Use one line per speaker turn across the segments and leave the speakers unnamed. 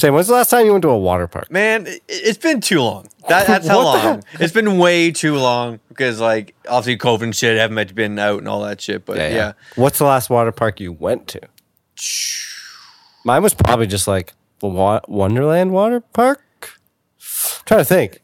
Shane, when's the last time you went to a water park?
Man, it, it's been too long. That, that's how
What the
long. It's been way too long because, like, obviously, COVID and shit haven't much been out and all that shit. But yeah,
What's the last water park you went to? Mine was probably just like the wa- Wonderland water park. I'm trying to think.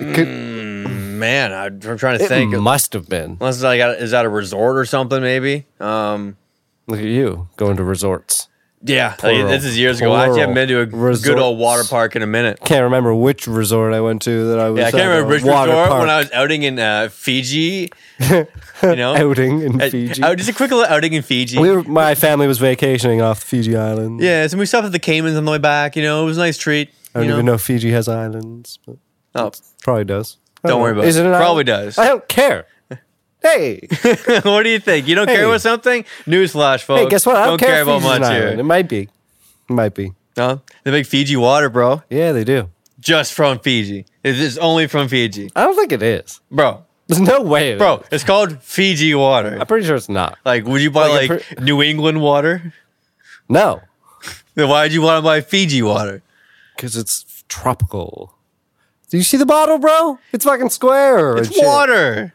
man, I, I'm trying to
It
think.
must have been.
Unless like, is that a resort or something? Maybe. Um,
Look at you going to resorts.
yeah, like,
Plural.
this is years ago. I actually haven't been to a
Plural.
good old
Resorts.
water park in a minute.
Can't remember which resort I went to that I was.
Yeah, I
at
can't
a
remember which
water
resort
park
when I was outing in uh, Fiji. You know,
outing in
Uh,
Fiji.
Oh, just a quick little outing in Fiji.
we were, my family was vacationing off Fiji Island.
yeah, so we stopped at the Caymans on the way back. You know, it was a nice treat.
I don't
you
even know if Fiji has islands, but
Oh,
probably does. I
Don't worry about
Is
it.
an
Probably
island?
does.
I don't care. Hey,
what do you think? You don't
Hey.
care about something? Newsflash, folks.
hey, guess what? I don't, care, if
about
Fiji's an
much
island. It
here.
might be. It might be.
No, they make Fiji water, bro.
Yeah, they do.
Just from Fiji. It's it's only from Fiji,
I don't think it is.
bro.
There's no way. it
Bro,
is.
it's called Fiji water.
I'm pretty sure it's not.
Like, would you buy
Like
like,
a
New England water?
No,
Then why'd you want to buy Fiji water?
because it's tropical. Do you see the bottle, bro? It's fucking square.
It's
and shit.
water.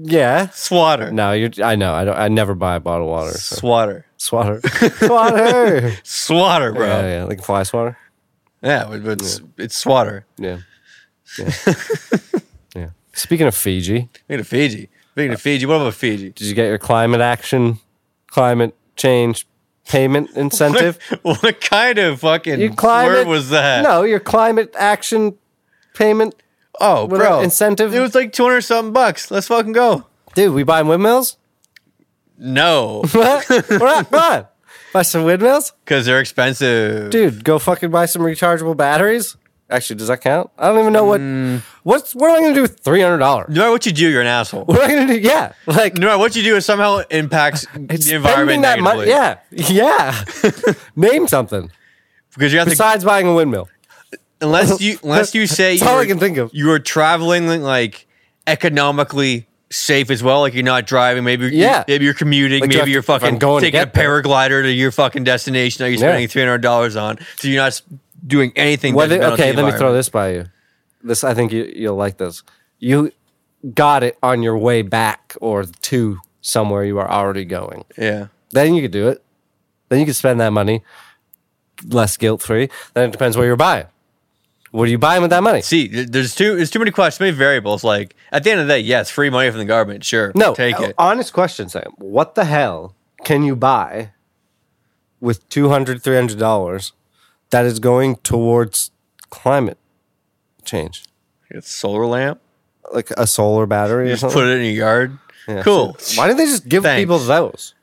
Yeah.
Swatter.
No, you're. I know. I don't. I never buy a bottle of water. So.
Swatter.
Swatter. swatter.
Swatter, bro.
Yeah,
Yeah,
yeah, like fly swatter.
but, but it's, it's swatter.
Yeah. Yeah. yeah. Speaking of Fiji,
Look at Fiji. Look at Fiji. What about Fiji?
did you get your climate action, climate change payment incentive?
what kind of
Your
fucking
climate
word was that?
No, your climate action payment.
Oh,
What
bro.
about incentive?
It was like 200 something bucks. Let's fucking go.
Dude, we buying windmills?
No,
What? We're not buying. Buy some windmills,
because they're expensive.
dude. Go fucking buy some rechargeable batteries. Actually, does that count? I don't even know what.
Mm.
What's what am I gonna do with three hundred dollars?
No matter what you do, you're an asshole.
What am I gonna do? Yeah, like
No matter what you do, it somehow impacts
it's
the
spending
environment
that
negatively.
money. Yeah, yeah. Name something
because you have to
besides buying a windmill.
unless you unless you say
That's all I
you're-
can think of.
you are traveling like economically safe as well. Like you're not driving. Maybe
Yeah.
maybe you're commuting.
Like, do I have
maybe
to-
you're
if I'm
fucking
going to
taking a
get there.
paraglider to your fucking destination that you're
Yeah.
spending three hundred dollars on. So you're not s- doing anything.
Whether,
detrimental to
okay,
the
let me throw
environment.
this by you. This I think you, you'll like this. You got it on your way back or to somewhere you are already going.
Yeah.
Then you could do it. Then you could spend that money less guilt free. Then it depends what you're buying. What are you buying with that money?
See, th- there's too there's too many questions, too many variables. Like at the end of the day, yes, free money from the government, sure,
No,
take it.
honest question, Sam. What the hell can you buy with 200 $300 that is going towards climate change?
It's solar lamp.
Like a solar battery
You
or
just
something?
put it in your yard.
Uh-huh. Yeah,
cool.
so Why didn't they just give
Thanks.
people those?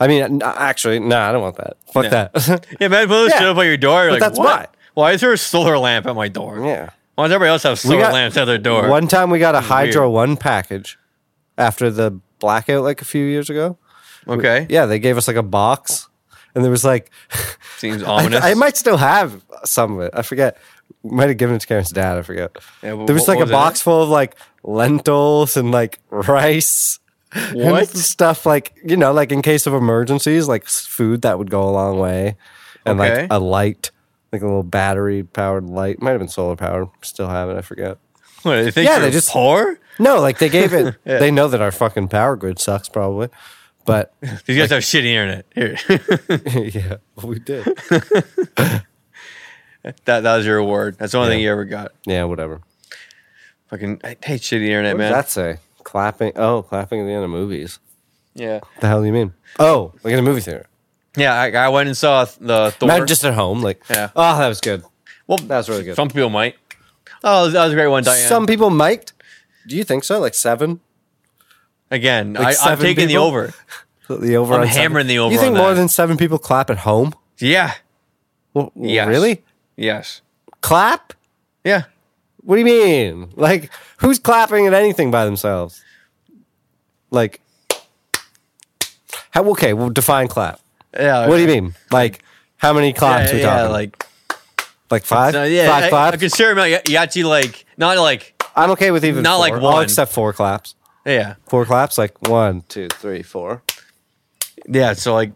I mean, n- actually, no, I don't want that. Fuck
No.
that.
Yeah, man, put this
Yeah,
shit up by your door. Like,
that's
what?
why.
Why is there a solar lamp at my door?
yeah.
Why does everybody else have solar lamps at their door?
One time we got a Hydro
weird.
One package after the blackout like a few years ago.
okay,
Yeah, they gave us like a box and there was like,
seems
I,
ominous.
I might still have some of it. I forget. Might have given it to Karen's dad. I forget.
Yeah, but
there was like
what- what
a
was in
box
it?
full of like lentils and like rice. and
What?
stuff like you know, like in case of emergencies, like s- food that would go a long way, and
Okay.
like a light, like a little battery powered light. Might have been solar powered. Still have it. I forget.
What, they think
Yeah,
you're
they just-
poor.
No, like they gave it. They know that our fucking power grid sucks, probably. But
These guys have shitty internet. Here,
yeah, we did.
that that was your award. That's the only thing you ever got.
Yeah, whatever.
Fucking, I hate shitty internet,
What
man.
does that say? Clapping. Oh, clapping at the end of movies.
yeah,
The hell do you mean? Oh, like in a movie theater.
yeah. I, I went and saw the Thor.
Not just at home. Like,
Yeah.
oh, that was good.
well,
That was really good.
some people might. Oh, that was a great one, Diane.
Some people mic'd. Do you think so? Like seven?
Again,
Like
I, I'm
seven
taking
people?
the over.
Put The over
I'm
on seven.
hammering the over
You think
on
more
that.
than seven people clap at home?
Yeah.
Well,
Yes.
Really?
Yes.
Clap?
Yeah.
What do you mean? Like, who's clapping at anything by themselves? Like, how, okay, we'll define clap.
Yeah.
What do you mean? Like, how many claps
Yeah,
we
yeah,
talking? like,
like
five?
no, yeah,
five
I,
claps?
I consider him like, you actually like not like
I'm okay with even
Not
four.
like
I'll
one.
accept four claps.
yeah
Four claps, like one, two, three, four.
yeah. So like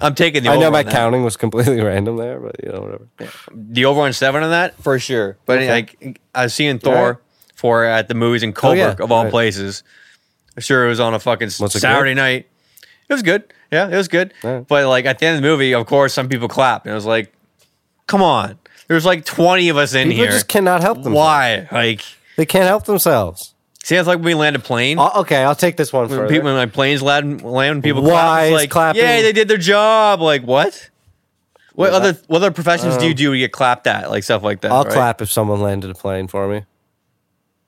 I'm taking the.
I know
over
my
on that.
counting was completely random there, but you know whatever.
The over on seven on that for sure. But
Okay.
like I was seeing Thor
right.
for at the movies in
Oh,
Coburg
yeah,
of all
right.
places. Sure, it was on a fucking
Was it
Saturday night. It was good. Yeah, it was good.
Right.
But like at the end of the movie, of course, some people clapped, and it was like, "Come on!" There's like 20 of us in
People
here.
just cannot help themselves.
Why? Like,
They can't help themselves.
see, it's like when we land a plane.
Uh, okay, I'll take this one
when
further.
people when my planes land, land people
Why
clap, it's
is
like,
clapping-
Yeah, they did their job. Like what? What
Yeah.
other what other professions do you do to get clapped at? Like stuff like that.
Um, I'll
right?
clap if someone landed a plane for me.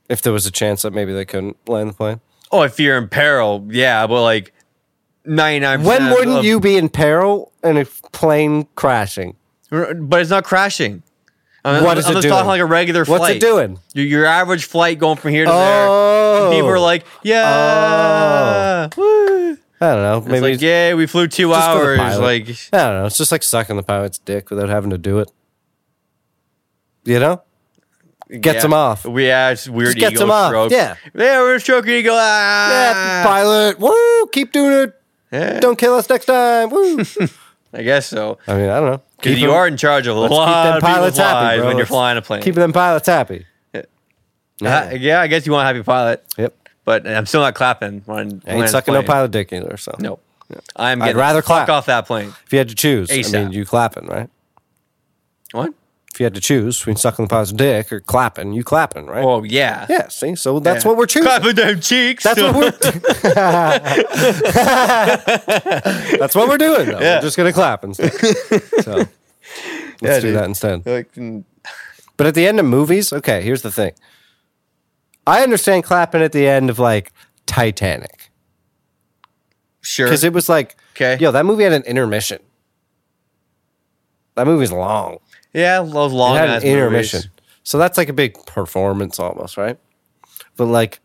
If there was a chance that maybe they couldn't land the plane.
Oh, if you're in peril, yeah, but like ninety nine.
When wouldn't you be in peril in a plane crashing?
But it's not crashing. I'm,
What is
I'm
it
just
doing?
talking like a regular
What's
flight.
it doing?
Your, your average flight going from here to
Oh.
there. People are like, yeah, woo. It's
I don't know. Maybe
like, yeah, we flew two
just for the
hours.
pilot.
Like,
I don't know. It's just like sucking the pilot's dick without having to do it. You know? Gets
yeah.
them off.
We yeah, it's weird.
Just gets
ego
them off,
stroke.
yeah.
yeah, we're stroking ego. Ah.
Yeah, pilot. Woo! Keep doing it.
Yeah,
Don't kill us next time. Woo!
I guess so.
I mean, I don't know.
Because
Keep
you
them-
are in charge of a
let's keep
lot
them
of people's
pilots happy,
lives
bro.
when you're
Let's
flying a plane.
Keep them pilots happy.
yeah.
Yeah.
yeah, I guess you want a happy pilot,
Yep.
but I'm still not clapping when
I ain't sucking no pilot dick either. So
No, I'm
I'd
getting
rather
rather
clap.
clap off that plane.
If you had to choose, I mean,
ASAP.
you clapping, right?
What?
If you had to choose between sucking the pilot's dick or clapping, you clapping, right?
Oh yeah,
yeah. See, so that's
Yeah.
what we're choosing.
Clapping them cheeks.
That's what we're. That's what we're doing. Though.
Yeah.
We're just gonna clap instead. So let's do
dude.
that instead.
Like, mm,
But at the end of movies, okay. Here's the thing. I understand clapping at the end of like Titanic
sure.
because it was like,
'Kay.
yo, that movie had an intermission. That movie's long.
yeah, those long
It
ass
had an intermission.
movies.
So that's like a big performance almost, right? But like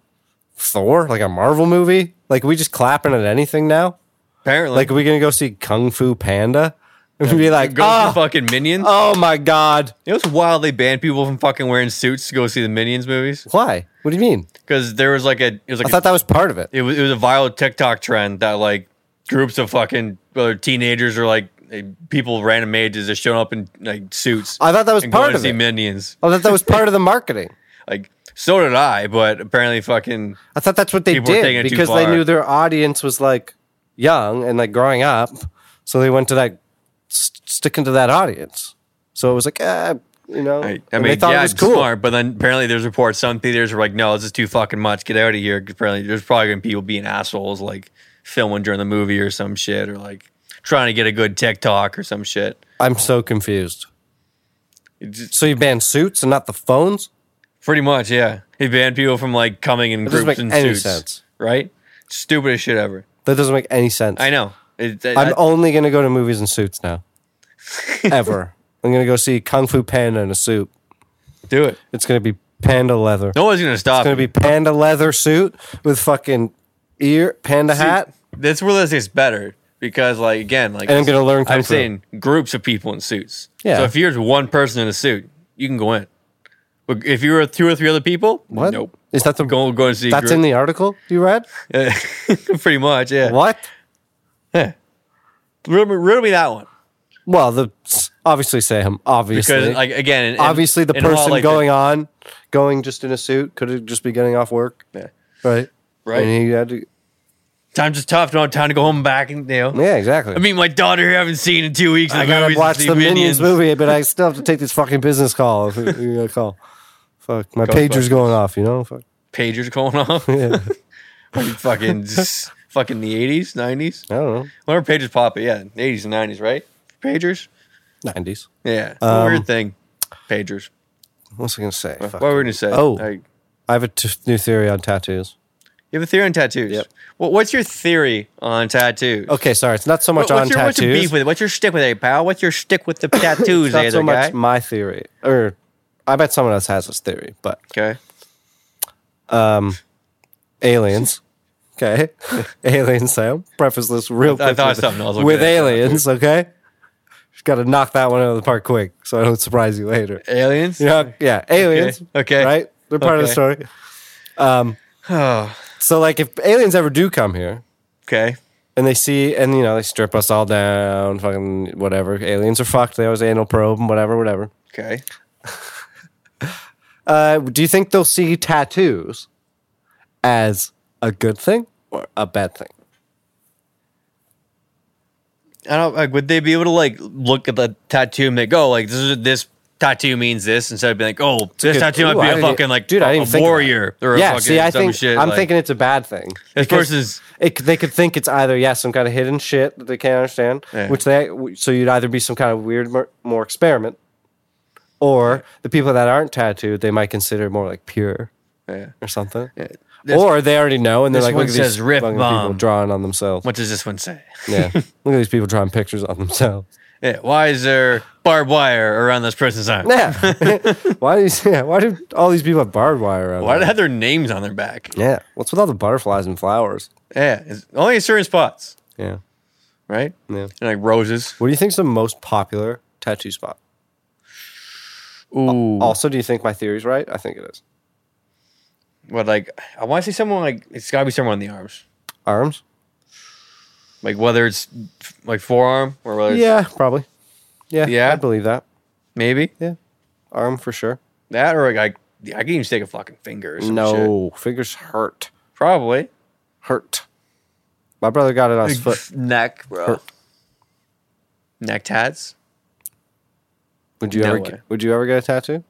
Thor, like a Marvel movie, like we just clapping at anything now.
Apparently,
Like, are we gonna go see Kung Fu Panda and be like,
go
oh,
see fucking Minions.
oh my god,
You know it's wild they banned people from fucking wearing suits to go see the Minions movies
why? What do you mean?
because there was like a it was
I
like a,
thought that was part of it.
it was it was a viral TikTok trend that like groups of fucking whether teenagers or like eh, people random ages are showing up in like suits.
I thought that was
and
part
going
of
to see
it.
Minions.
I thought that was part of the marketing.
Like so did I, but apparently fucking
I thought that's what they
People were taking
did
it too
because they
far.
knew their audience was like young and like growing up, so they went to that st- sticking to that audience. So it was like, ah, you know,
I, I
and
mean,
they thought
yeah,
it was
it's
cool.
smart, but then apparently there's reports some theaters were like, no, this is too fucking much. Get out of here. 'Cause Apparently there's probably gonna be people being assholes like filming during the movie or some shit or like trying to get a good TikTok or some shit.
I'm so confused.
It just,
So you banned suits and not the phones?
pretty much, yeah. He banned people from like coming in
doesn't make
groups and
any
suits.
sense.
Right? Stupidest shit ever.
That doesn't make any sense.
I know. It, that-
I'm
that-
only gonna go to movies in suits now. Ever. I'm gonna go see Kung Fu Panda in a suit.
do it.
It's gonna be panda leather.
No one's gonna stop.
It's gonna
you.
be panda leather suit with fucking ear panda hat.
That's where this gets better because, like, again, like,
And I'm gonna learn Kung
I'm
Fu.
saying groups of people in suits.
Yeah.
So if you're one person in a suit, you can go in. But if you were two or three other people,
What?
Nope.
Is that the
Go go and see.
that's in the article you read?
the pretty much. Yeah.
What?
Riddle, riddle me that one
Well, the obviously Sam, obviously.
because, like, again, in- in-
obviously the
in all,
person
like, the-
going on, going just in a suit, could have just be getting off work.
Yeah.
Right.
Right.
And he had to
times is tough. Don't have time to go home back and you know.
Yeah, exactly.
I mean, my daughter who I haven't seen in two weeks.
I
and
gotta
movies
watch
and see
the Minions. movie, but I still have to take this fucking business call. If you- you gotta call. Fuck, my pager's
Ghostbusters.
going off. You know, fuck.
Pagers going off.
Yeah.
Like, fucking, just, fucking the eighties, nineties.
I don't know.
Whenever pagers pop it, yeah, eighties and nineties, right? Pagers.
Nineties.
Yeah,
Um,
weird thing. Pagers.
What was I gonna say?
What
Fuck.
were we gonna say?
Oh.
Like,
I have a t- new theory on tattoos.
you have a theory on tattoos.
Yep.
Well, what's your theory on tattoos?
Okay, sorry, it's not so much
What- what's
on
your,
tattoos.
What's your beef with it? What's your stick with it, pal? What's your stick with the tattoos,
it's not
there,
so much
guy?
my theory, or I bet someone else has this theory, but
okay.
aliens. Okay, alien Sam. Preface this real quick
I thought
with,
something else.
with
Okay.
aliens. Okay, just got to knock that one out of the park quick, so I don't surprise you later.
Aliens.
You know, yeah, aliens.
Okay.
Right? They're part of the
Okay.
story.
Oh,
So, like, if aliens ever do come here,
okay.
and they see, and you know, they strip us all down, fucking whatever. Aliens are fucked. They always anal probe and whatever, whatever.
Okay.
Uh, do you think they'll see tattoos as a good thing or a bad thing?
I don't like. Would they be able to like look at the tattoo and like, oh, like this is this tattoo means this instead of being like, oh, this
good-
tattoo
Ooh, I
might be a
didn't- e-
fucking like
dude,
a,
I didn't
a
think about
warrior or a
yeah,
fucking
see, I
some
think
shit.
I'm
like-
thinking it's a bad thing. Because
This person's-
it, they could think it's either yeah, some kind of hidden shit that they can't understand,
Yeah.
which they so you'd either be some kind of weird more, more experiment, or the people that aren't tattooed they might consider more like pure
Yeah.
or something,
This-
or they already know and they're
this
like
one
look at these
says rip
fucking people
bomb.
drawing on themselves.
What does this one say?
yeah, look at these people drawing pictures on themselves.
Yeah, why is there barbed wire around this person's arm?
Yeah, why do you, yeah, why do all these people have barbed wire around?
Why
them?
do they have their names on their back?
yeah, what's with all the butterflies and flowers?
Yeah, it's only in certain spots,
Yeah,
right?
yeah.
And like roses.
What do you think's the most popular tattoo spot?
Ooh,
Also, do you think my theory's right? I think it is.
but like I want to see someone like it's got to be someone on the arms,
Arms?
like whether it's f- like forearm or whether it's,
Yeah, probably. Yeah,
Yeah?
I believe that.
maybe
Arm for sure.
that or like I, I can even take a fucking finger. Or some shit.
No, fingers hurt.
probably
Hurt. My brother got it on his foot.
neck, bro.
Hurt.
Neck tats,
Would you
No
ever?
way.
Get, would you ever get a tattoo?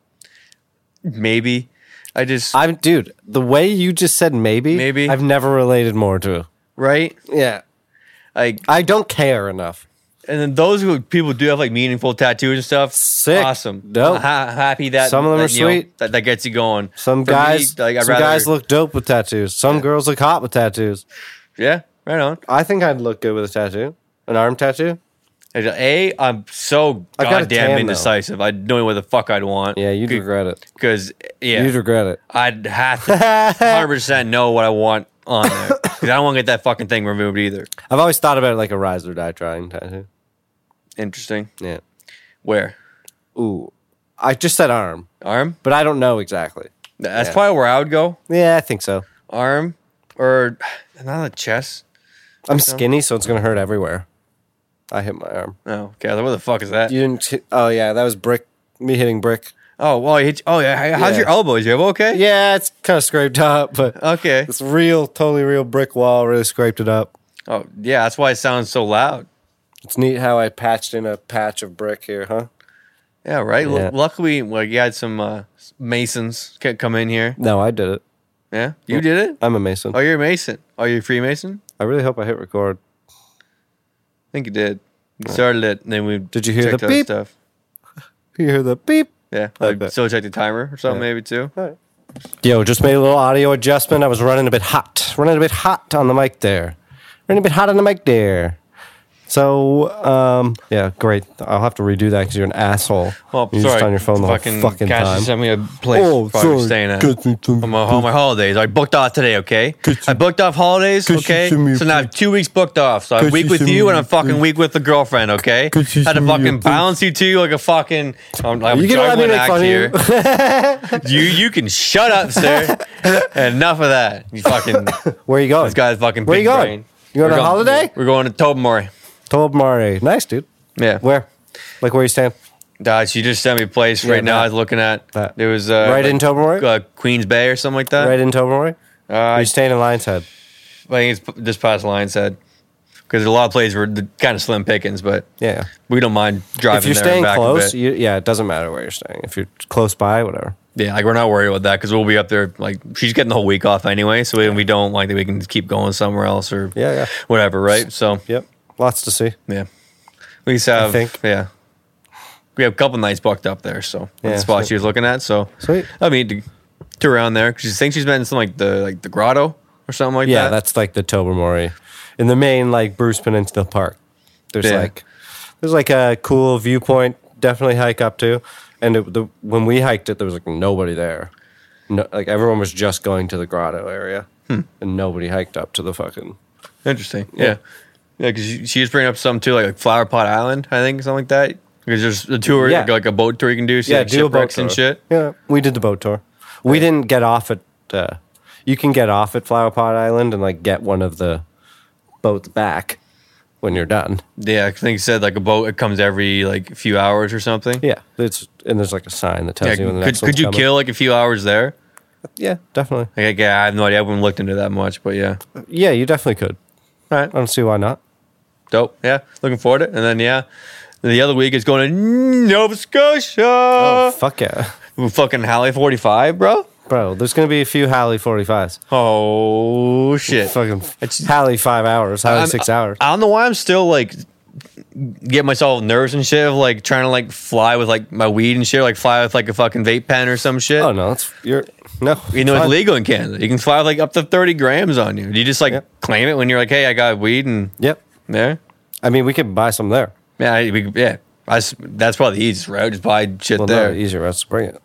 maybe. I just
I'm, dude. The way you just said maybe,
Maybe.
I've never related more to.
right
Yeah,
like
I don't care enough.
And then those who people do have like meaningful tattoos and stuff.
Sick.
Awesome.
Dope.
I'm ha- happy that
Some of them
that,
are
you know,
sweet.
that, that gets you going.
Some
For me,
guys,
like I'd
some
rather,
guys look dope with tattoos. Some girls look hot with tattoos.
Yeah, right on.
I think I'd look good with a tattoo, an arm tattoo.
And, uh, A, I'm so
I've got a
goddamn
tan, though.
indecisive. I don't know what the fuck I'd want.
Yeah, you'd regret it.
because yeah,
You'd regret it.
I'd have to 100 percent know what I want on there because I don't want to get that fucking thing removed either.
I've always thought about it like a rise or die trying tattoo.
Interesting.
Yeah.
Where
Ooh. I just said arm,
arm?
but I don't know exactly.
That's
Yeah.
probably where I would go.
Yeah, I think so.
Arm or not the chest.
I'm skinny, so it's gonna hurt everywhere. I hit my arm.
No, okay. What the fuck is that?
You didn't. Hit, oh yeah, that was brick. Me hitting brick.
Oh well, you hit, oh yeah. How's
Yeah.
your elbow? Is your elbow okay?
Yeah, it's kind of scraped up, but uh,
Okay.
it's real, totally real brick wall. Really scraped it up.
Oh yeah, that's why it sounds so loud.
It's neat how I patched in a patch of brick here, huh?
Yeah, right. L-
Yeah.
luckily, like you had some uh, masons c- come in here.
No, I did it.
Yeah, you did it.
I'm a mason.
Oh, you're a mason. Oh, you're a Freemason.
I really hope I hit record.
I think you did. You started it, and then we
Did you hear
checked
the
other
beep?
stuff.
You hear the beep?
Yeah,
Like
like
that.
still check the timer or something maybe too.
Yo, just made a little audio adjustment. I was running a bit hot, running a bit hot on the mic there, running a bit hot on the mic there. So, um, yeah, great. I'll have to redo that because you're an asshole.
Well,
you're
sorry.
just on your phone the whole fucking,
Cash
time.
sent me a place
Oh,
probably
sorry.
staying at.
Get me some-
I'm on all my holidays. I booked off today, okay? I booked off holidays,
you
okay?
send me a
So now I have two weeks booked off. So I'm
Could
week
you
with
send
you
me
and
a
I'm fucking
pic-
week with the girlfriend, okay? I had
Could you
to
send me a
fucking
pic-
balance you two like a fucking. I'm, I'm
You gonna let me
juggling
make
act
fun of you?
here. you you can shut up, sir. Enough of that. You fucking.
Where you going?
This guy's fucking.
Where
big
you going?
brain.
You going
We're
on holiday?
We're going to Tobermory.
Told Mari. Nice, dude.
Yeah.
Where? Like where you staying?
Uh, she just sent me a place
Yeah,
right now.
that-
I was looking at.
that.
It was uh,
Right in Tobermory?
uh, Queens Bay or something like that.
Right in Tobermory?
Uh,
Are
I
you staying in Lion's Head?
I think it's p- just past Lions Head because a lot of plays were kind of slim pickings, but
Yeah.
we don't mind driving.
If you're
there
staying
and back a
close,
bit.
you, yeah, it doesn't matter where you're staying. If you're close by, whatever.
yeah, like we're not worried about that because we'll be up there. Like she's getting the whole week off anyway, so we, we don't like that we can just keep going somewhere else or
Yeah, yeah.
whatever, right? So
Yep. Lots to see.
yeah, we just have
think.
yeah, we have a couple nights booked up there. So
Yeah,
the spot
sweet.
she was looking at. So
Sweet.
I mean to, to around there. 'Cause She thinks she's been in some like the like the grotto or something like
Yeah,
that.
that's like the Tobermory. In the main, like Bruce Peninsula Park. There's
Yeah.
like there's like a cool viewpoint. Definitely hike up to. And it, the, when we hiked it, there was like nobody there. No, like everyone was just going to the grotto area, and nobody hiked up to the fucking.
Interesting. Yeah. Yeah, because she, she was bringing up something too, like, like Flower Pot Island, I think, something like that. Because there's a tour,
Yeah.
like, a boat tour you can do. See,
Yeah,
like,
do a boat
shipwrecks
tour.
and shit.
Yeah, we did the boat tour. We didn't get off at. Uh, you can get off at Flower Pot Island and like get one of the boats back when you're done.
Yeah, I think you said like a boat. It comes every like few hours or something.
Yeah, it's and there's like a sign that
Yeah,
tells you when the
could
next
could
one's
you
coming.
kill like a few hours there?
Yeah, definitely.
Like, yeah, I have no idea. I haven't looked into that much, but yeah. All
Yeah, you definitely could.
right.
I don't see why not.
Dope. Yeah. Looking forward to it. And then, yeah, the other week is going to Nova Scotia.
Oh fuck yeah,
Ooh, fucking Halley 45, bro.
bro. There's gonna be a few Halley 45s.
Oh, shit.
Fucking
It's-
Halley five hours, Halley
I'm-
six hours.
I don't know why I'm still like get myself nerves and shit of like trying to like fly with like my weed and shit, like fly with like a fucking vape pen or some shit.
oh no, that's you're no.
You know, it's
fine.
legal in Canada. You can fly with like up to 30 grams on you. Do you just like
Yep.
claim it when you're like, hey, I got weed and
Yep.
there?
I mean, we could buy some there.
Yeah, I, we, yeah. I s that's probably the easiest route. Just buy shit
Well,
there.
no, easier routes to bring it,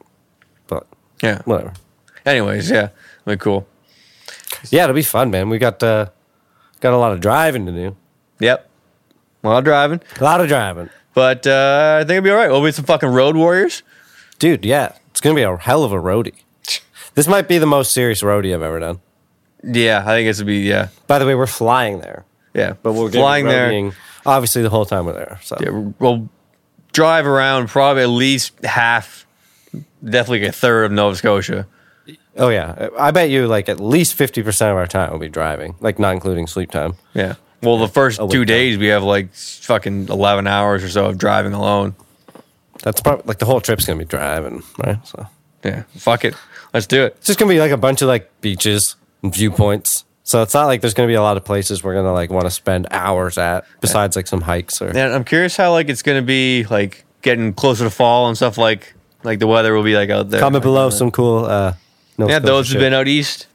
but
yeah.
whatever.
Anyways, yeah. Like, cool.
Yeah, it'll be fun, man. We got uh, got a lot of driving to do.
Yep. A lot of driving.
A lot of driving,
But uh, I think it'll be all right. We'll be some fucking road warriors.
dude. Yeah, it's gonna be a hell of a roadie. This might be the most serious roadie I've ever done.
Yeah, I think this would be, yeah.
By the way, we're flying there,
Yeah.
but we're gonna be
flying there.
roadieing, Obviously, the whole time we're there. So
Yeah, we'll drive around probably at least half, definitely like a third of Nova Scotia.
Oh yeah, I bet you like at least fifty percent of our time will be driving, like not including sleep time.
Yeah. Well, the first
Oh, wait,
two
no.
days we have like fucking 11 hours or so of driving alone.
That's probably like the whole trip's gonna be driving, right? So
Yeah. Fuck it. Let's do it.
it's just gonna be like a bunch of like beaches and viewpoints. So it's not like there's gonna be a lot of places we're gonna like want to spend hours at, besides like some hikes or.
And I'm curious how like it's going to be like getting closer to fall and stuff like like the weather will be like out there.
Comment below some cool. Uh, Nova
Yeah,
Scotia
those have
shit.
been out east.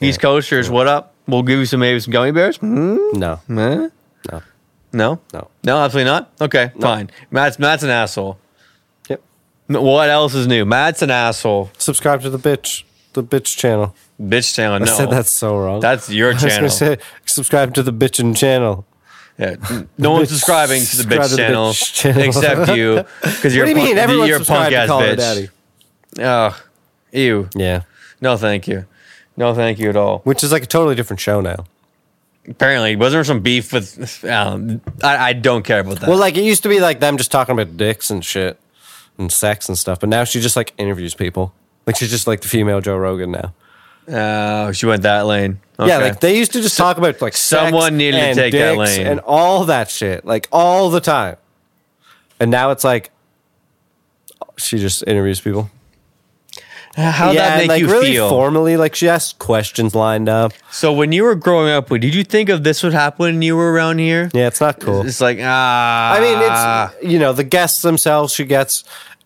East Coasters, what up? We'll give you some maybe some gummy bears. Hmm?
No,
Eh?
Mm-hmm. no,
No,
no.
no, absolutely not. Okay, fine. Matt's Matt's an asshole.
Yep.
No, What else is new? Matt's an asshole.
Subscribe to the bitch, the bitch channel.
Bitch channel. No,
I said that's so wrong.
That's your
I was gonna
channel.
say, subscribe to the bitchin' channel.
Yeah. No one's subscribing to the
Subscribe
bitch
to the
channel
bitch channel.
except you because you're
what do you
a punk-
mean? Everyone's
you're a
subscribed
punk
to
ass
Call Her
bitch.
Daddy.
Oh, ew.
Yeah,
No, thank you. No, thank you at all.
which is like a totally different show now.
Apparently, wasn't there some beef with? Um, I, I don't care about that.
Well, like it used to be like them just talking about dicks and shit and sex and stuff, but now she just like interviews people. Like she's just like the female Joe Rogan now.
Oh, she went that lane. Okay.
Yeah, like they used to just talk about like sex
someone needed to
and
take that
dicks
lane.
and all that shit, like all the time. And now it's like she just interviews people.
How
yeah,
that
and,
make
like
you
really
feel?
formally, like she has questions lined up.
so when you were growing up, did you think of this would happen when you were around here?
Yeah, it's not cool.
It's like ah.
I mean, it's you know the guests themselves. She gets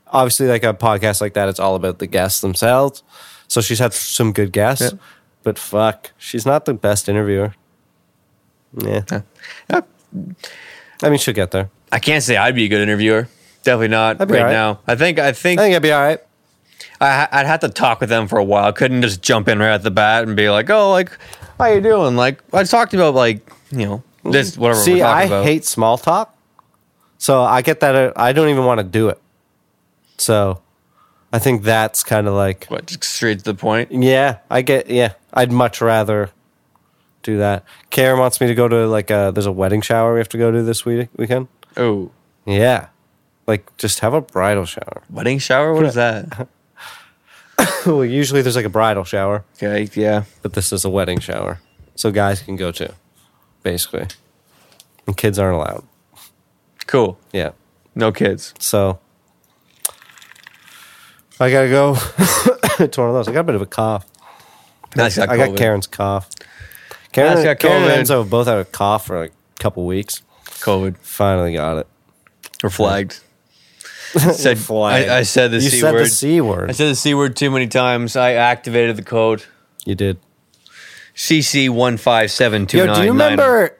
obviously like a podcast like that. It's all about the guests themselves. So she's had some good guests, but fuck, she's not the best interviewer. Yeah,
Yeah.
I mean she'll get there.
I can't say I'd be a good interviewer. Definitely not
I'd
right,
be all right.
now. I think I think
I
I,
think it'd be all right.
ha- I'd have to talk with them for a while. I couldn't just jump in right at the bat and be like, "Oh, like how you doing?" Like I talked about like you know this whatever. we're
Mm. See,
talking
I
about.
hate small talk, so I get that. uh, I don't even want to do it. So, I think that's kind of like
what just straight to the point.
Yeah, I get. Yeah, I'd much rather do that. Karen wants me to go to like a. There's a wedding shower we have to go to this week weekend.
Oh,
Yeah, like just have a bridal shower.
wedding shower. What is that?
well, usually there's like a bridal shower,
Okay, yeah.
but this is a wedding shower, so guys can go too, basically, and kids aren't allowed.
Cool.
Yeah,
No kids.
so I gotta go. it's one of those. I got a bit of a cough.
Nice.
I got Karen's cough. Karen,
Matt's got
Karen and
COVID.
Enzo both had a cough for like a couple weeks.
COVID.
Finally got it.
We're flagged. said,
flagged.
I, I said the
You
c
said
word.
the c word.
I said the c word too many times. I activated the code
you did.
CC one five seven two
Yo,
nine nine.
do you remember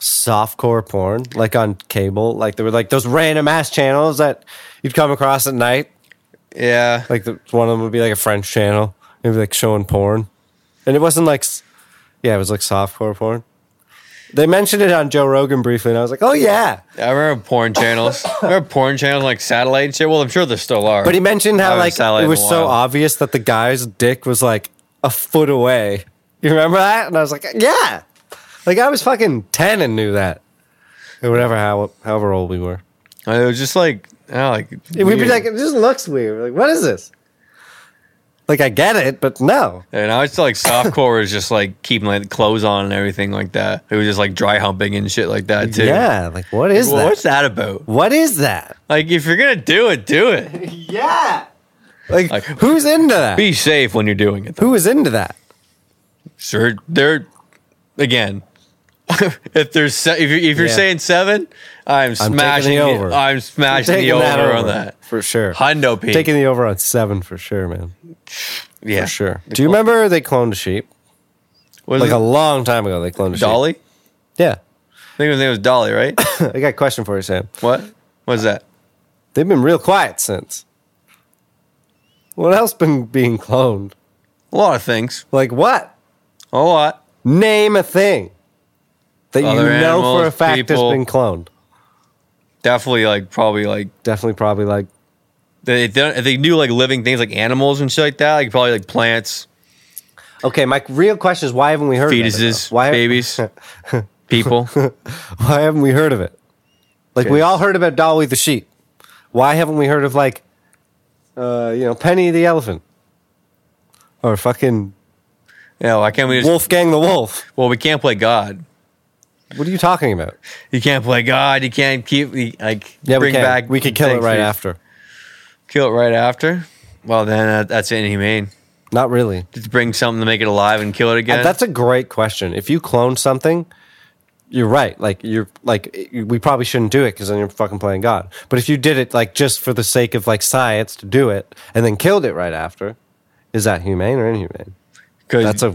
softcore porn, like on cable? Like there were like those random ass channels that you'd come across at night.
Yeah.
Like the, one of them would be like a French channel, maybe like showing porn, and it wasn't like, s- yeah, it was like softcore porn. They mentioned it on Joe Rogan briefly, and I was like, oh yeah.
I remember porn channels. remember porn channels like satellite and shit. Well, I'm sure there still are.
But he mentioned how
haven't
like
sat like
it
in
was
a
so
while.
obvious that the guy's dick was like a foot away. You remember that? And I was like, yeah. Like I was fucking ten and knew that, or whatever, how, however old we were.
It was just like, oh, like
And We'd be
weird.
like, it just looks weird. Like, what is this? Like I get it, but no.
And I was like softcore was just like keeping like clothes on and everything like that. It was just like dry humping and shit like that too.
Yeah, like what is
Well,
that?
what's that about?
What is that?
Like if you're gonna do it, do it.
Yeah. Like,
Like-
who's into that?
Be safe when you're doing it. Though.
Who is into that?
Sure, they're again. if there's se- if you're, if you're
Yeah.
saying seven, I'm
taking
smashing
the
the
over.
over. I'm smashing the
Taking
over,
that
on that.
for sure.
Hundo P.
Taking the over on seven for sure, man.
yeah,
For sure. Do you remember they cloned a sheep?
Was
Like
it
a long time ago, they cloned a
Dolly?
sheep. Yeah.
I think his name was Dolly, right?
I got a question for you, Sam.
what? What's that?
They've been real quiet since. What else been being cloned?
A lot of things.
Like what?
A lot.
Name a thing that you
Other
know for a
animals,
fact
people.
has been cloned.
Definitely, like probably like
Definitely, probably like
They if they, don't, if they do like living things like animals and shit like that, like probably like plants,
okay. My real question is why haven't we heard of it?
fetuses,
though? Why
babies, people.
Why haven't we heard of it? Like we
Okay.
all heard about Dolly the sheep. Why haven't we heard of like, uh, you know, Penny the elephant, or fucking
Yeah, why can't we just? Well,
Wolfgang the wolf?
we can't play God.
What are you talking about?
You can't play God. You can't keep you- like
Yeah, we
bring
can.
back.
we could kill it
things.
right
You
after.
Kill it right after. Well, then uh, that's inhumane.
Not really.
Just bring something to make it alive and kill it again.
Uh, That's a great question. If you clone something, you're right. Like you're like we probably shouldn't do it because then you're fucking playing God. But if you did it like just for the sake of like science to do it and then killed it right after, is that humane or inhumane?
because
That's a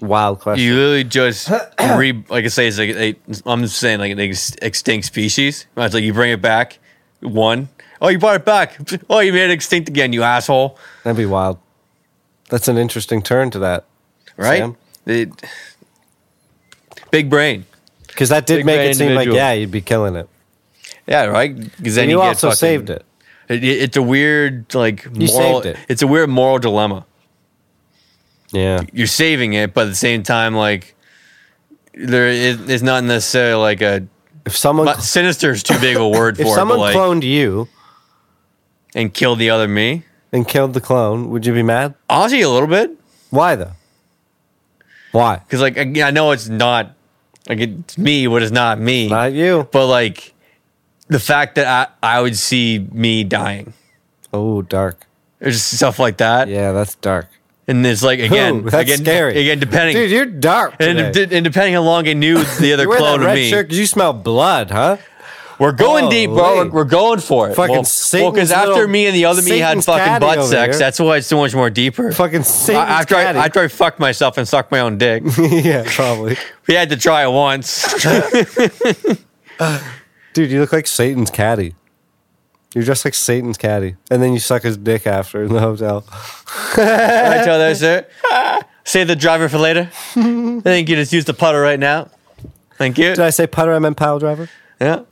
wild question.
you literally just re like I say it's like a, I'm just saying like an ex- extinct species. It's like you bring it back one. Oh, you brought it back. Oh, you made it extinct again, you asshole.
That'd be wild. That's an interesting turn to that,
right?
Sam?
It, big brain.
Because that did
Big
make
brain
it seem
individual.
like yeah, you'd be killing it.
Yeah, right. Because
And you also saved it.
it. It's a weird like moral.
saved it.
It's a weird moral dilemma.
Yeah,
You're saving it, but at the same time, like there is it's not necessarily like a
if someone
but sinister is too big a word for
if
it. But
someone
like,
cloned you
and killed the other me,
and killed the clone, would you be mad?
honestly, a little bit
Why though? Why?
because like again, I know it's not like it's me, but it's not me.
Not you.
but like the fact that I I would see me dying.
Oh, dark.
or just stuff like that.
Yeah, that's dark.
And it's like again,
Ooh, that's
again,
scary.
Again, depending
Dude, you're dark.
and,
today.
de- and depending how long it knew the other
you wear
clone
that
of
red
me,
shirt 'cause you smell blood, huh?
we're going deep, bro.
Holy.
We're, we're going for it.
Fucking
well,
Satan's
because
little-
after me and the other me had
Satan's
fucking
caddy
butt
over
sex,
here.
that's why it's so much more deeper.
Fucking
I,
Satan's
after I,
caddy.
after I fucked myself and sucked my own dick,
yeah, probably.
we had to try it once.
Dude, you look like Satan's caddy. You're just like Satan's caddy, and then you suck his dick after in the hotel.
I tell that sir, save the driver for later. I think you just use the putter right now. Thank you.
Did I say putter? I meant pile driver.
Yeah.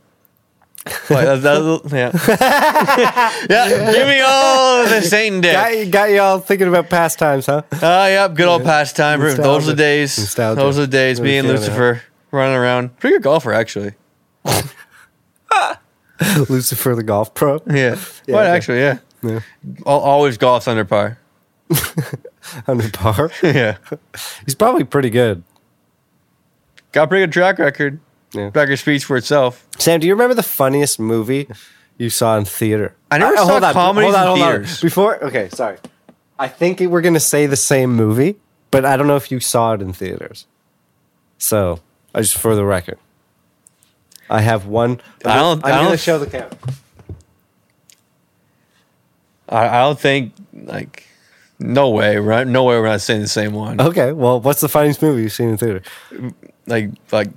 Like, that- that- yeah. yeah. Give me all the Satan dick.
Got you, got you all thinking about pastimes, huh?
Oh, yep. Good old pastime.
Nostalgia.
Those are the days.
Nostalgia.
Those are the days.
Really
Me and
feeling it,
Lucifer running around. Pretty good golfer, actually.
Lucifer the golf pro.
Yeah.
Yeah,
what,
okay.
actually, yeah.
Yeah.
Al- always golfs under par.
Under par.
yeah.
He's probably pretty good.
Got a pretty good track record.
Yeah.
Record speaks for itself.
Sam, do you remember the funniest movie you saw in theater?
I never saw
hold on,
comedies
hold on,
in
hold on.
theaters.
Before, okay, sorry. I think we're going to say the same movie, but I don't know if you saw it in theaters. So, I just for the record, I have one. I'm
I
gonna- I'm
don't- I
going to
don't-
show the camera.
I, I don't think, like, no way, right? No way we're not saying the same one.
Okay, well, what's the funniest movie you've seen in theater?
like like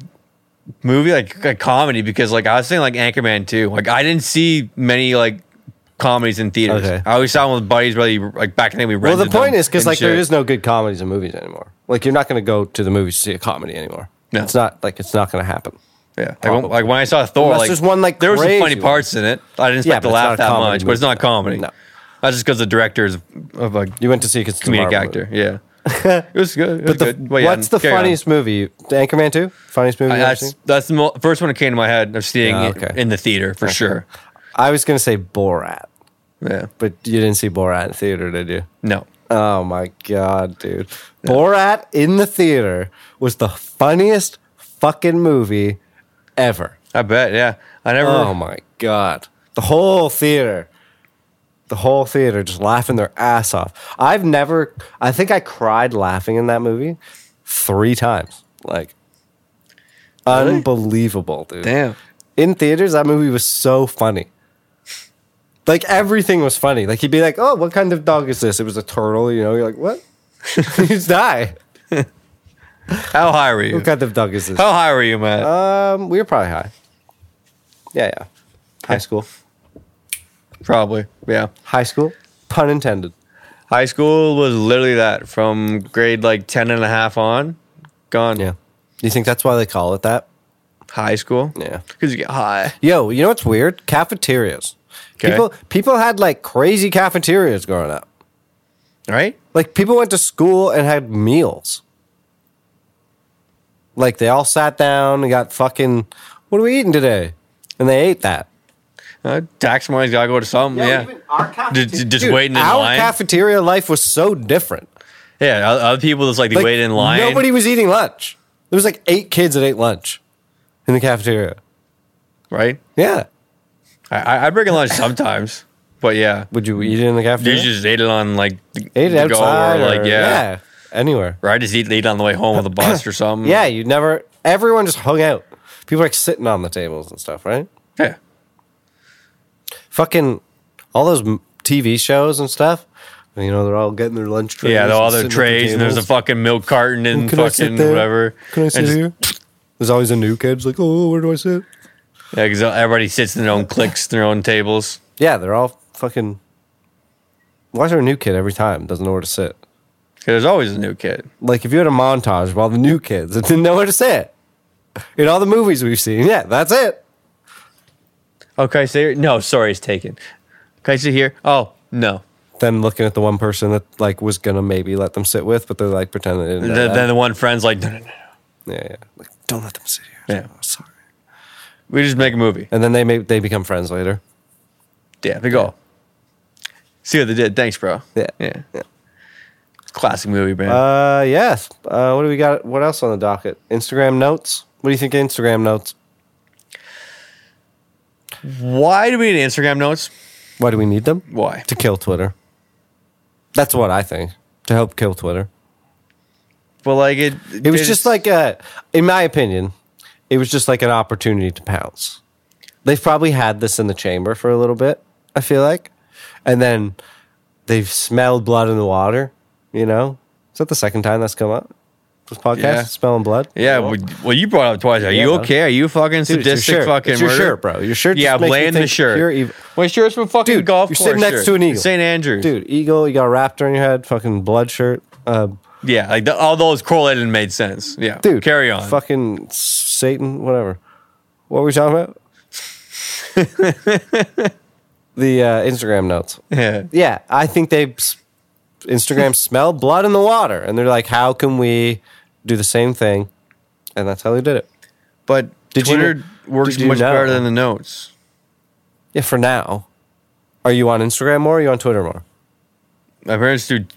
movie like a comedy because like I was saying like Anchorman too. Like I didn't see many like comedies in theaters.
Okay.
I always saw them with buddies really like back in the day we
Well,
rented
the point
them
is because
and
like there
shit.
is no good comedies in movies anymore. Like you're not going to go to the movies to see a comedy anymore.
No.
It's not like it's not going to happen.
yeah like,
probably.
when- like, when I saw Thor
Unless
like
there's one, like,
there was some
crazy
funny
one.
parts in it. I didn't
Yeah, but
expect to
it's not a
laugh that
comedy
much, but it's
movie,
not comedy.
no.
That's just because the director is of like
You went to see because it's a
comedic
Marvel
actor.
movie.
Yeah. It was good. It was
But the,
good. But yeah,
what's the
carry on.
funniest movie? The Anchorman 2? Funniest movie
I-
you've ever seen?
that's that's the mo- first one that came to my head of seeing
Yeah,
it
okay.
in the theater for sure.
I was going to say Borat,
Yeah.
but you didn't see Borat in theater, did you?
No.
Oh my god, dude. Borat in the theater was the funniest fucking movie ever.
I bet. Yeah. I never.
Oh my god. The whole theater. The whole theater just laughing their ass off. I've never I think I cried laughing in that movie 3 times. Like unbelievable, dude.
Damn.
In theaters that movie was so funny. Like everything was funny. Like he'd be like, "Oh, what kind of dog is this?" It was a turtle, you know. You're like, "What?" He's die.
How high were you?
What kind of dog is this?
How high were you, Matt?
Um, we were probably high. Yeah, yeah. High school.
Probably. Yeah.
High school. Pun intended.
High school was literally that from grade like 10 and a half on. Gone.
Yeah. You think that's why they call it that?
High school.
Yeah.
Because you get high.
Yo, you know what's weird? Cafeterias.
'Kay.
People people had like crazy cafeterias growing up.
Right?
Like people went to school and had meals. Like they all sat down and got fucking what are we eating today? And they ate that.
Uh, tax money's got to go to something. Yeah.
our
Just- just waiting in
our
line?
cafeteria life was so different.
yeah. o- Other people just like, they
Like,
wait in line.
Nobody was eating lunch. There was like eight kids that ate lunch in the cafeteria.
Right?
Yeah.
I- I, I bring in lunch sometimes. But yeah.
Would you eat it in the
You
cafeteria?
just ate it on like the-
ate it
the go
outside,
or, like
or-
yeah. Mm.
anywhere.
Or I just eat, eat on the way home with a bus or something.
Yeah, you never. Everyone just hung out. People were like sitting on the tables and stuff, right?
Yeah.
Fucking all those m- TV shows and stuff. You know, they're all getting their lunch trays.
Yeah, all
and
the
sitting at
trays, and there's a
tables.
fucking milk carton and
Can I sit
fucking
there?
whatever.
Can I
And
sit
just-
here? There's always a new kid. It's like, oh, where do I sit?
Yeah, because everybody sits in their own cliques, their own tables.
Yeah, they're all fucking. Why is there a new kid every time? Doesn't know where to sit.
'Cause There's always a new kid.
Like if you had a montage of all the new kids that didn't know where to sit in all the movies we've seen, yeah, that's it.
Okay, sit here. No, sorry, it's taken. Okay, sit here. Oh no.
Then looking at the one person that like was gonna maybe let them sit with, but they're like pretending they didn't.
Th-
know
Then,
that.
the one friend's like, no, no, no.
yeah, yeah. Like, don't let them sit here.
Yeah.
Oh, sorry.
we just make a movie.
And then they may they become friends later.
Yeah, they go. See what they did. Thanks, bro.
Yeah.
yeah. Classic movie, man.
Uh, yes. Uh, what do we got? What else on the docket? Instagram notes. What do you think? of Instagram notes.
Why do we need Instagram notes?
Why do we need them?
Why?
To kill Twitter. That's what I think. To help kill Twitter.
But like it,
It was just like a, in my opinion, it was just like an opportunity to pounce. They've probably had this in the chamber for a little bit. I feel like, and then they've smelled blood in the water. You know, is that the second time that's come up? This podcast
Yeah.
smelling blood.
Yeah, well, well, you brought it up twice. Are you
bro.
okay? Are you fucking
Dude, it's your
sadistic
shirt.
fucking
It's your
murder?
shirt, bro. Your shirt.
yeah,
just makes me
blame the
think
shirt.
pure evil-
My shirt's from fucking
Dude,
golf
you're
course.
sitting next
shirt.
to an eagle.
St. Andrews.
Dude, eagle. You got a raptor in your head. Fucking blood shirt. Uh,
Yeah, like the, all those correlated and made sense. Yeah.
dude,
Carry on.
Fucking Satan. Whatever. What were we talking about? the uh, Instagram notes.
Yeah.
Yeah, I think they s- Instagram smell blood in the water, and they're like, "How can we do the same thing?" And that's how they did it.
But
Did you-
Twitter works
did you
much
know?
better than the notes.
Yeah, for now. Are you on Instagram more? Or are you on Twitter more?
My parents do t-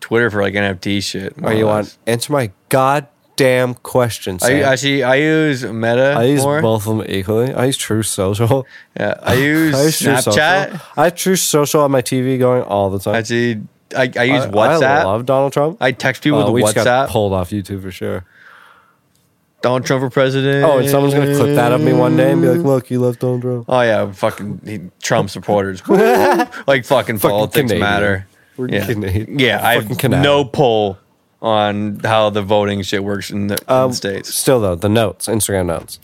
Twitter for like NFT shit. more
Are
or
you on?
less.
Answer my goddamn question.
I
Sam.
actually I use Meta.
I use
more.
both of them equally. I use True Social.
Yeah, I use
I use True
Snapchat.
Social. I have True Social on my TV going all the time.
Actually, I, I use
I- I
WhatsApp.
love Donald Trump.
I, text people
Uh,
with
we
WhatsApp.
just got pulled off YouTube for sure.
Donald Trump for president.
Oh, and someone's gonna clip that of me one day and be like, "Look, you love Donald Trump."
Oh yeah, fucking he, Trump supporters. like fucking politics
Canadian.
matter.
We're
yeah,
Canadian.
yeah. I have
Fucking Canadian.
no pull on how the voting shit works in the, in
Um,
the states.
Still though, the notes, Instagram notes.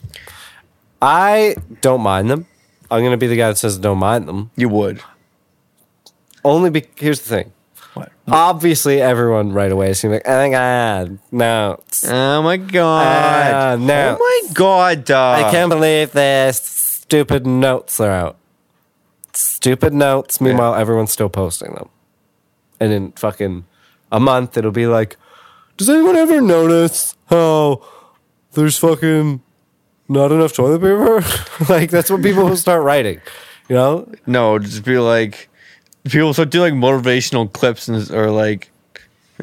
I don't mind them. I'm gonna be the guy that says don't mind them.
You would.
Only be here's the thing.
What?
Obviously, everyone right away is gonna be like, "Oh my god, notes!
Oh my god!
Ah, no.
Oh my god! Dog.
I can't believe this. Stupid notes are out. Stupid notes. Meanwhile, everyone's still posting them. And in fucking a month, it'll be like, does anyone ever notice how there's fucking not enough toilet paper? like that's what people will start writing. You know,
No, just be like, people start doing like motivational clips and or like,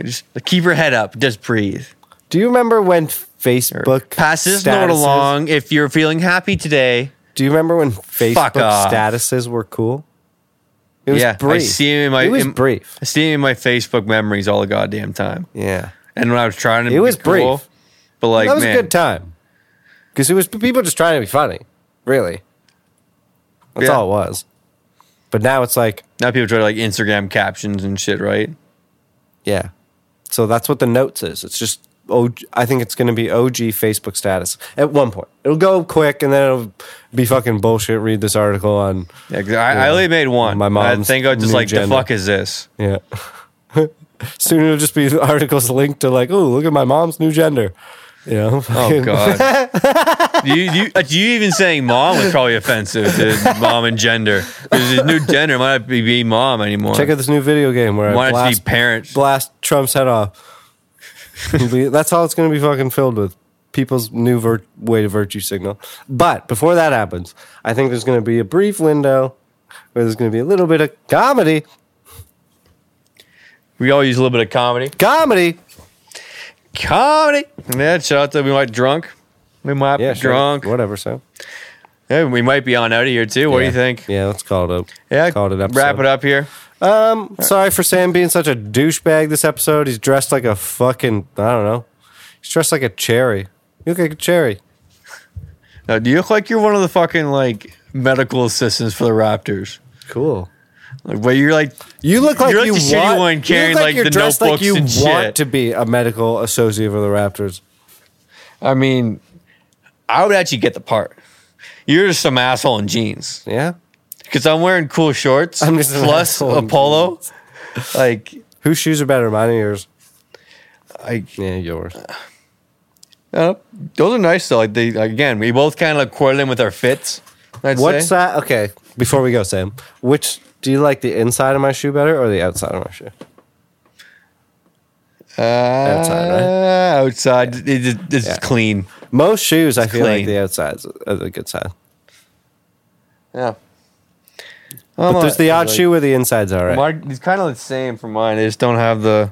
just like, keep your head up, just breathe.
do you remember when
Or
Facebook
pass this
statuses-
note along if you're feeling happy today.
Do you remember when Facebook
off.
statuses were cool? It was
yeah, I
brief.
see it in my
it was
in-
brief.
I see it in my Facebook memories all the goddamn time.
Yeah.
And when I was trying to, be
was brief.
cool, but like
that was
man,
a good time because it was people just trying to be funny, really. That's
Yeah.
all it was. But now it's like,
now people try to like Instagram captions and shit, right?
yeah. So that's what the notes is. It's just OG, I think it's going to be OG Facebook status at one point. It'll go quick and then it'll be fucking bullshit. Read this article on
Yeah, 'cause I, I only made one.
My
My mom. I
mom's
think I was just
new
like,
agenda.
the fuck is this?
yeah. Soon it'll just be articles linked to like, oh, look at my mom's new gender. You know?
Oh god. you you uh, you even saying mom was probably offensive to mom and gender. Because his new gender might not be, be mom anymore.
Check out this new video game where
Why
I
not
blast,
just be parents?
blast Trump's head off. It'll be- That's all it's going to be fucking filled with. People's new vir- way to virtue signal. But before that happens, I think there's going to be a brief window where there's going to be a little bit of comedy.
we all use a little bit of comedy.
Comedy!
Comedy. Yeah, shout out to we might drunk. We might
Yeah,
be
sure.
drunk.
Whatever, so.
Yeah, we might be on out of here too. What do you think?
Yeah, let's call it up.
Yeah,
call it up.
wrap it up here.
Um, sorry for Sam being such a douchebag this episode. He's dressed like a fucking, I don't know. He's dressed like a cherry. You look like a cherry.
Now, do you look like you're one of the fucking like medical assistants for the Raptors?
Cool.
Like, where you're like,
You look like
You're like
you
the shitty
want.
one
you
carrying,
look
like,
you're
the
dressed like
notebooks
you
and shit.
want to be a medical associate for the Raptors.
I mean, I would actually get the part. You're just some asshole in jeans
Yeah.
because I'm wearing cool shorts
I'm just an
plus
asshole
a
in
polo. Like,
Whose shoes are better, mine or yours?
I,
Yeah, yours.
uh, those are nice though. Like, they like, again, we both kind of like coordinate with our fits. I'd
What's
say.
that? Okay, before we go, Sam, which do you like the inside of my shoe better or the outside of my shoe?
Uh,
Outside,
outside, It, it, it's
Yeah.
clean.
Most shoes, I feel like
clean.
the outsides are the good side.
Yeah.
But there's the odd shoe where the insides are, right?
Mine- it's kind of the same for mine. They just don't have the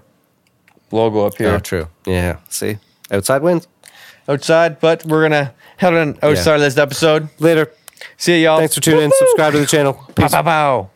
logo up
Oh,
here
true. Yeah. See, outside wins.
outside, but we're gonna head on outside of this episode.
Later.
See y'all.
Thanks for tuning in. Subscribe to the channel.
Pow,
Peace.
pow, pow.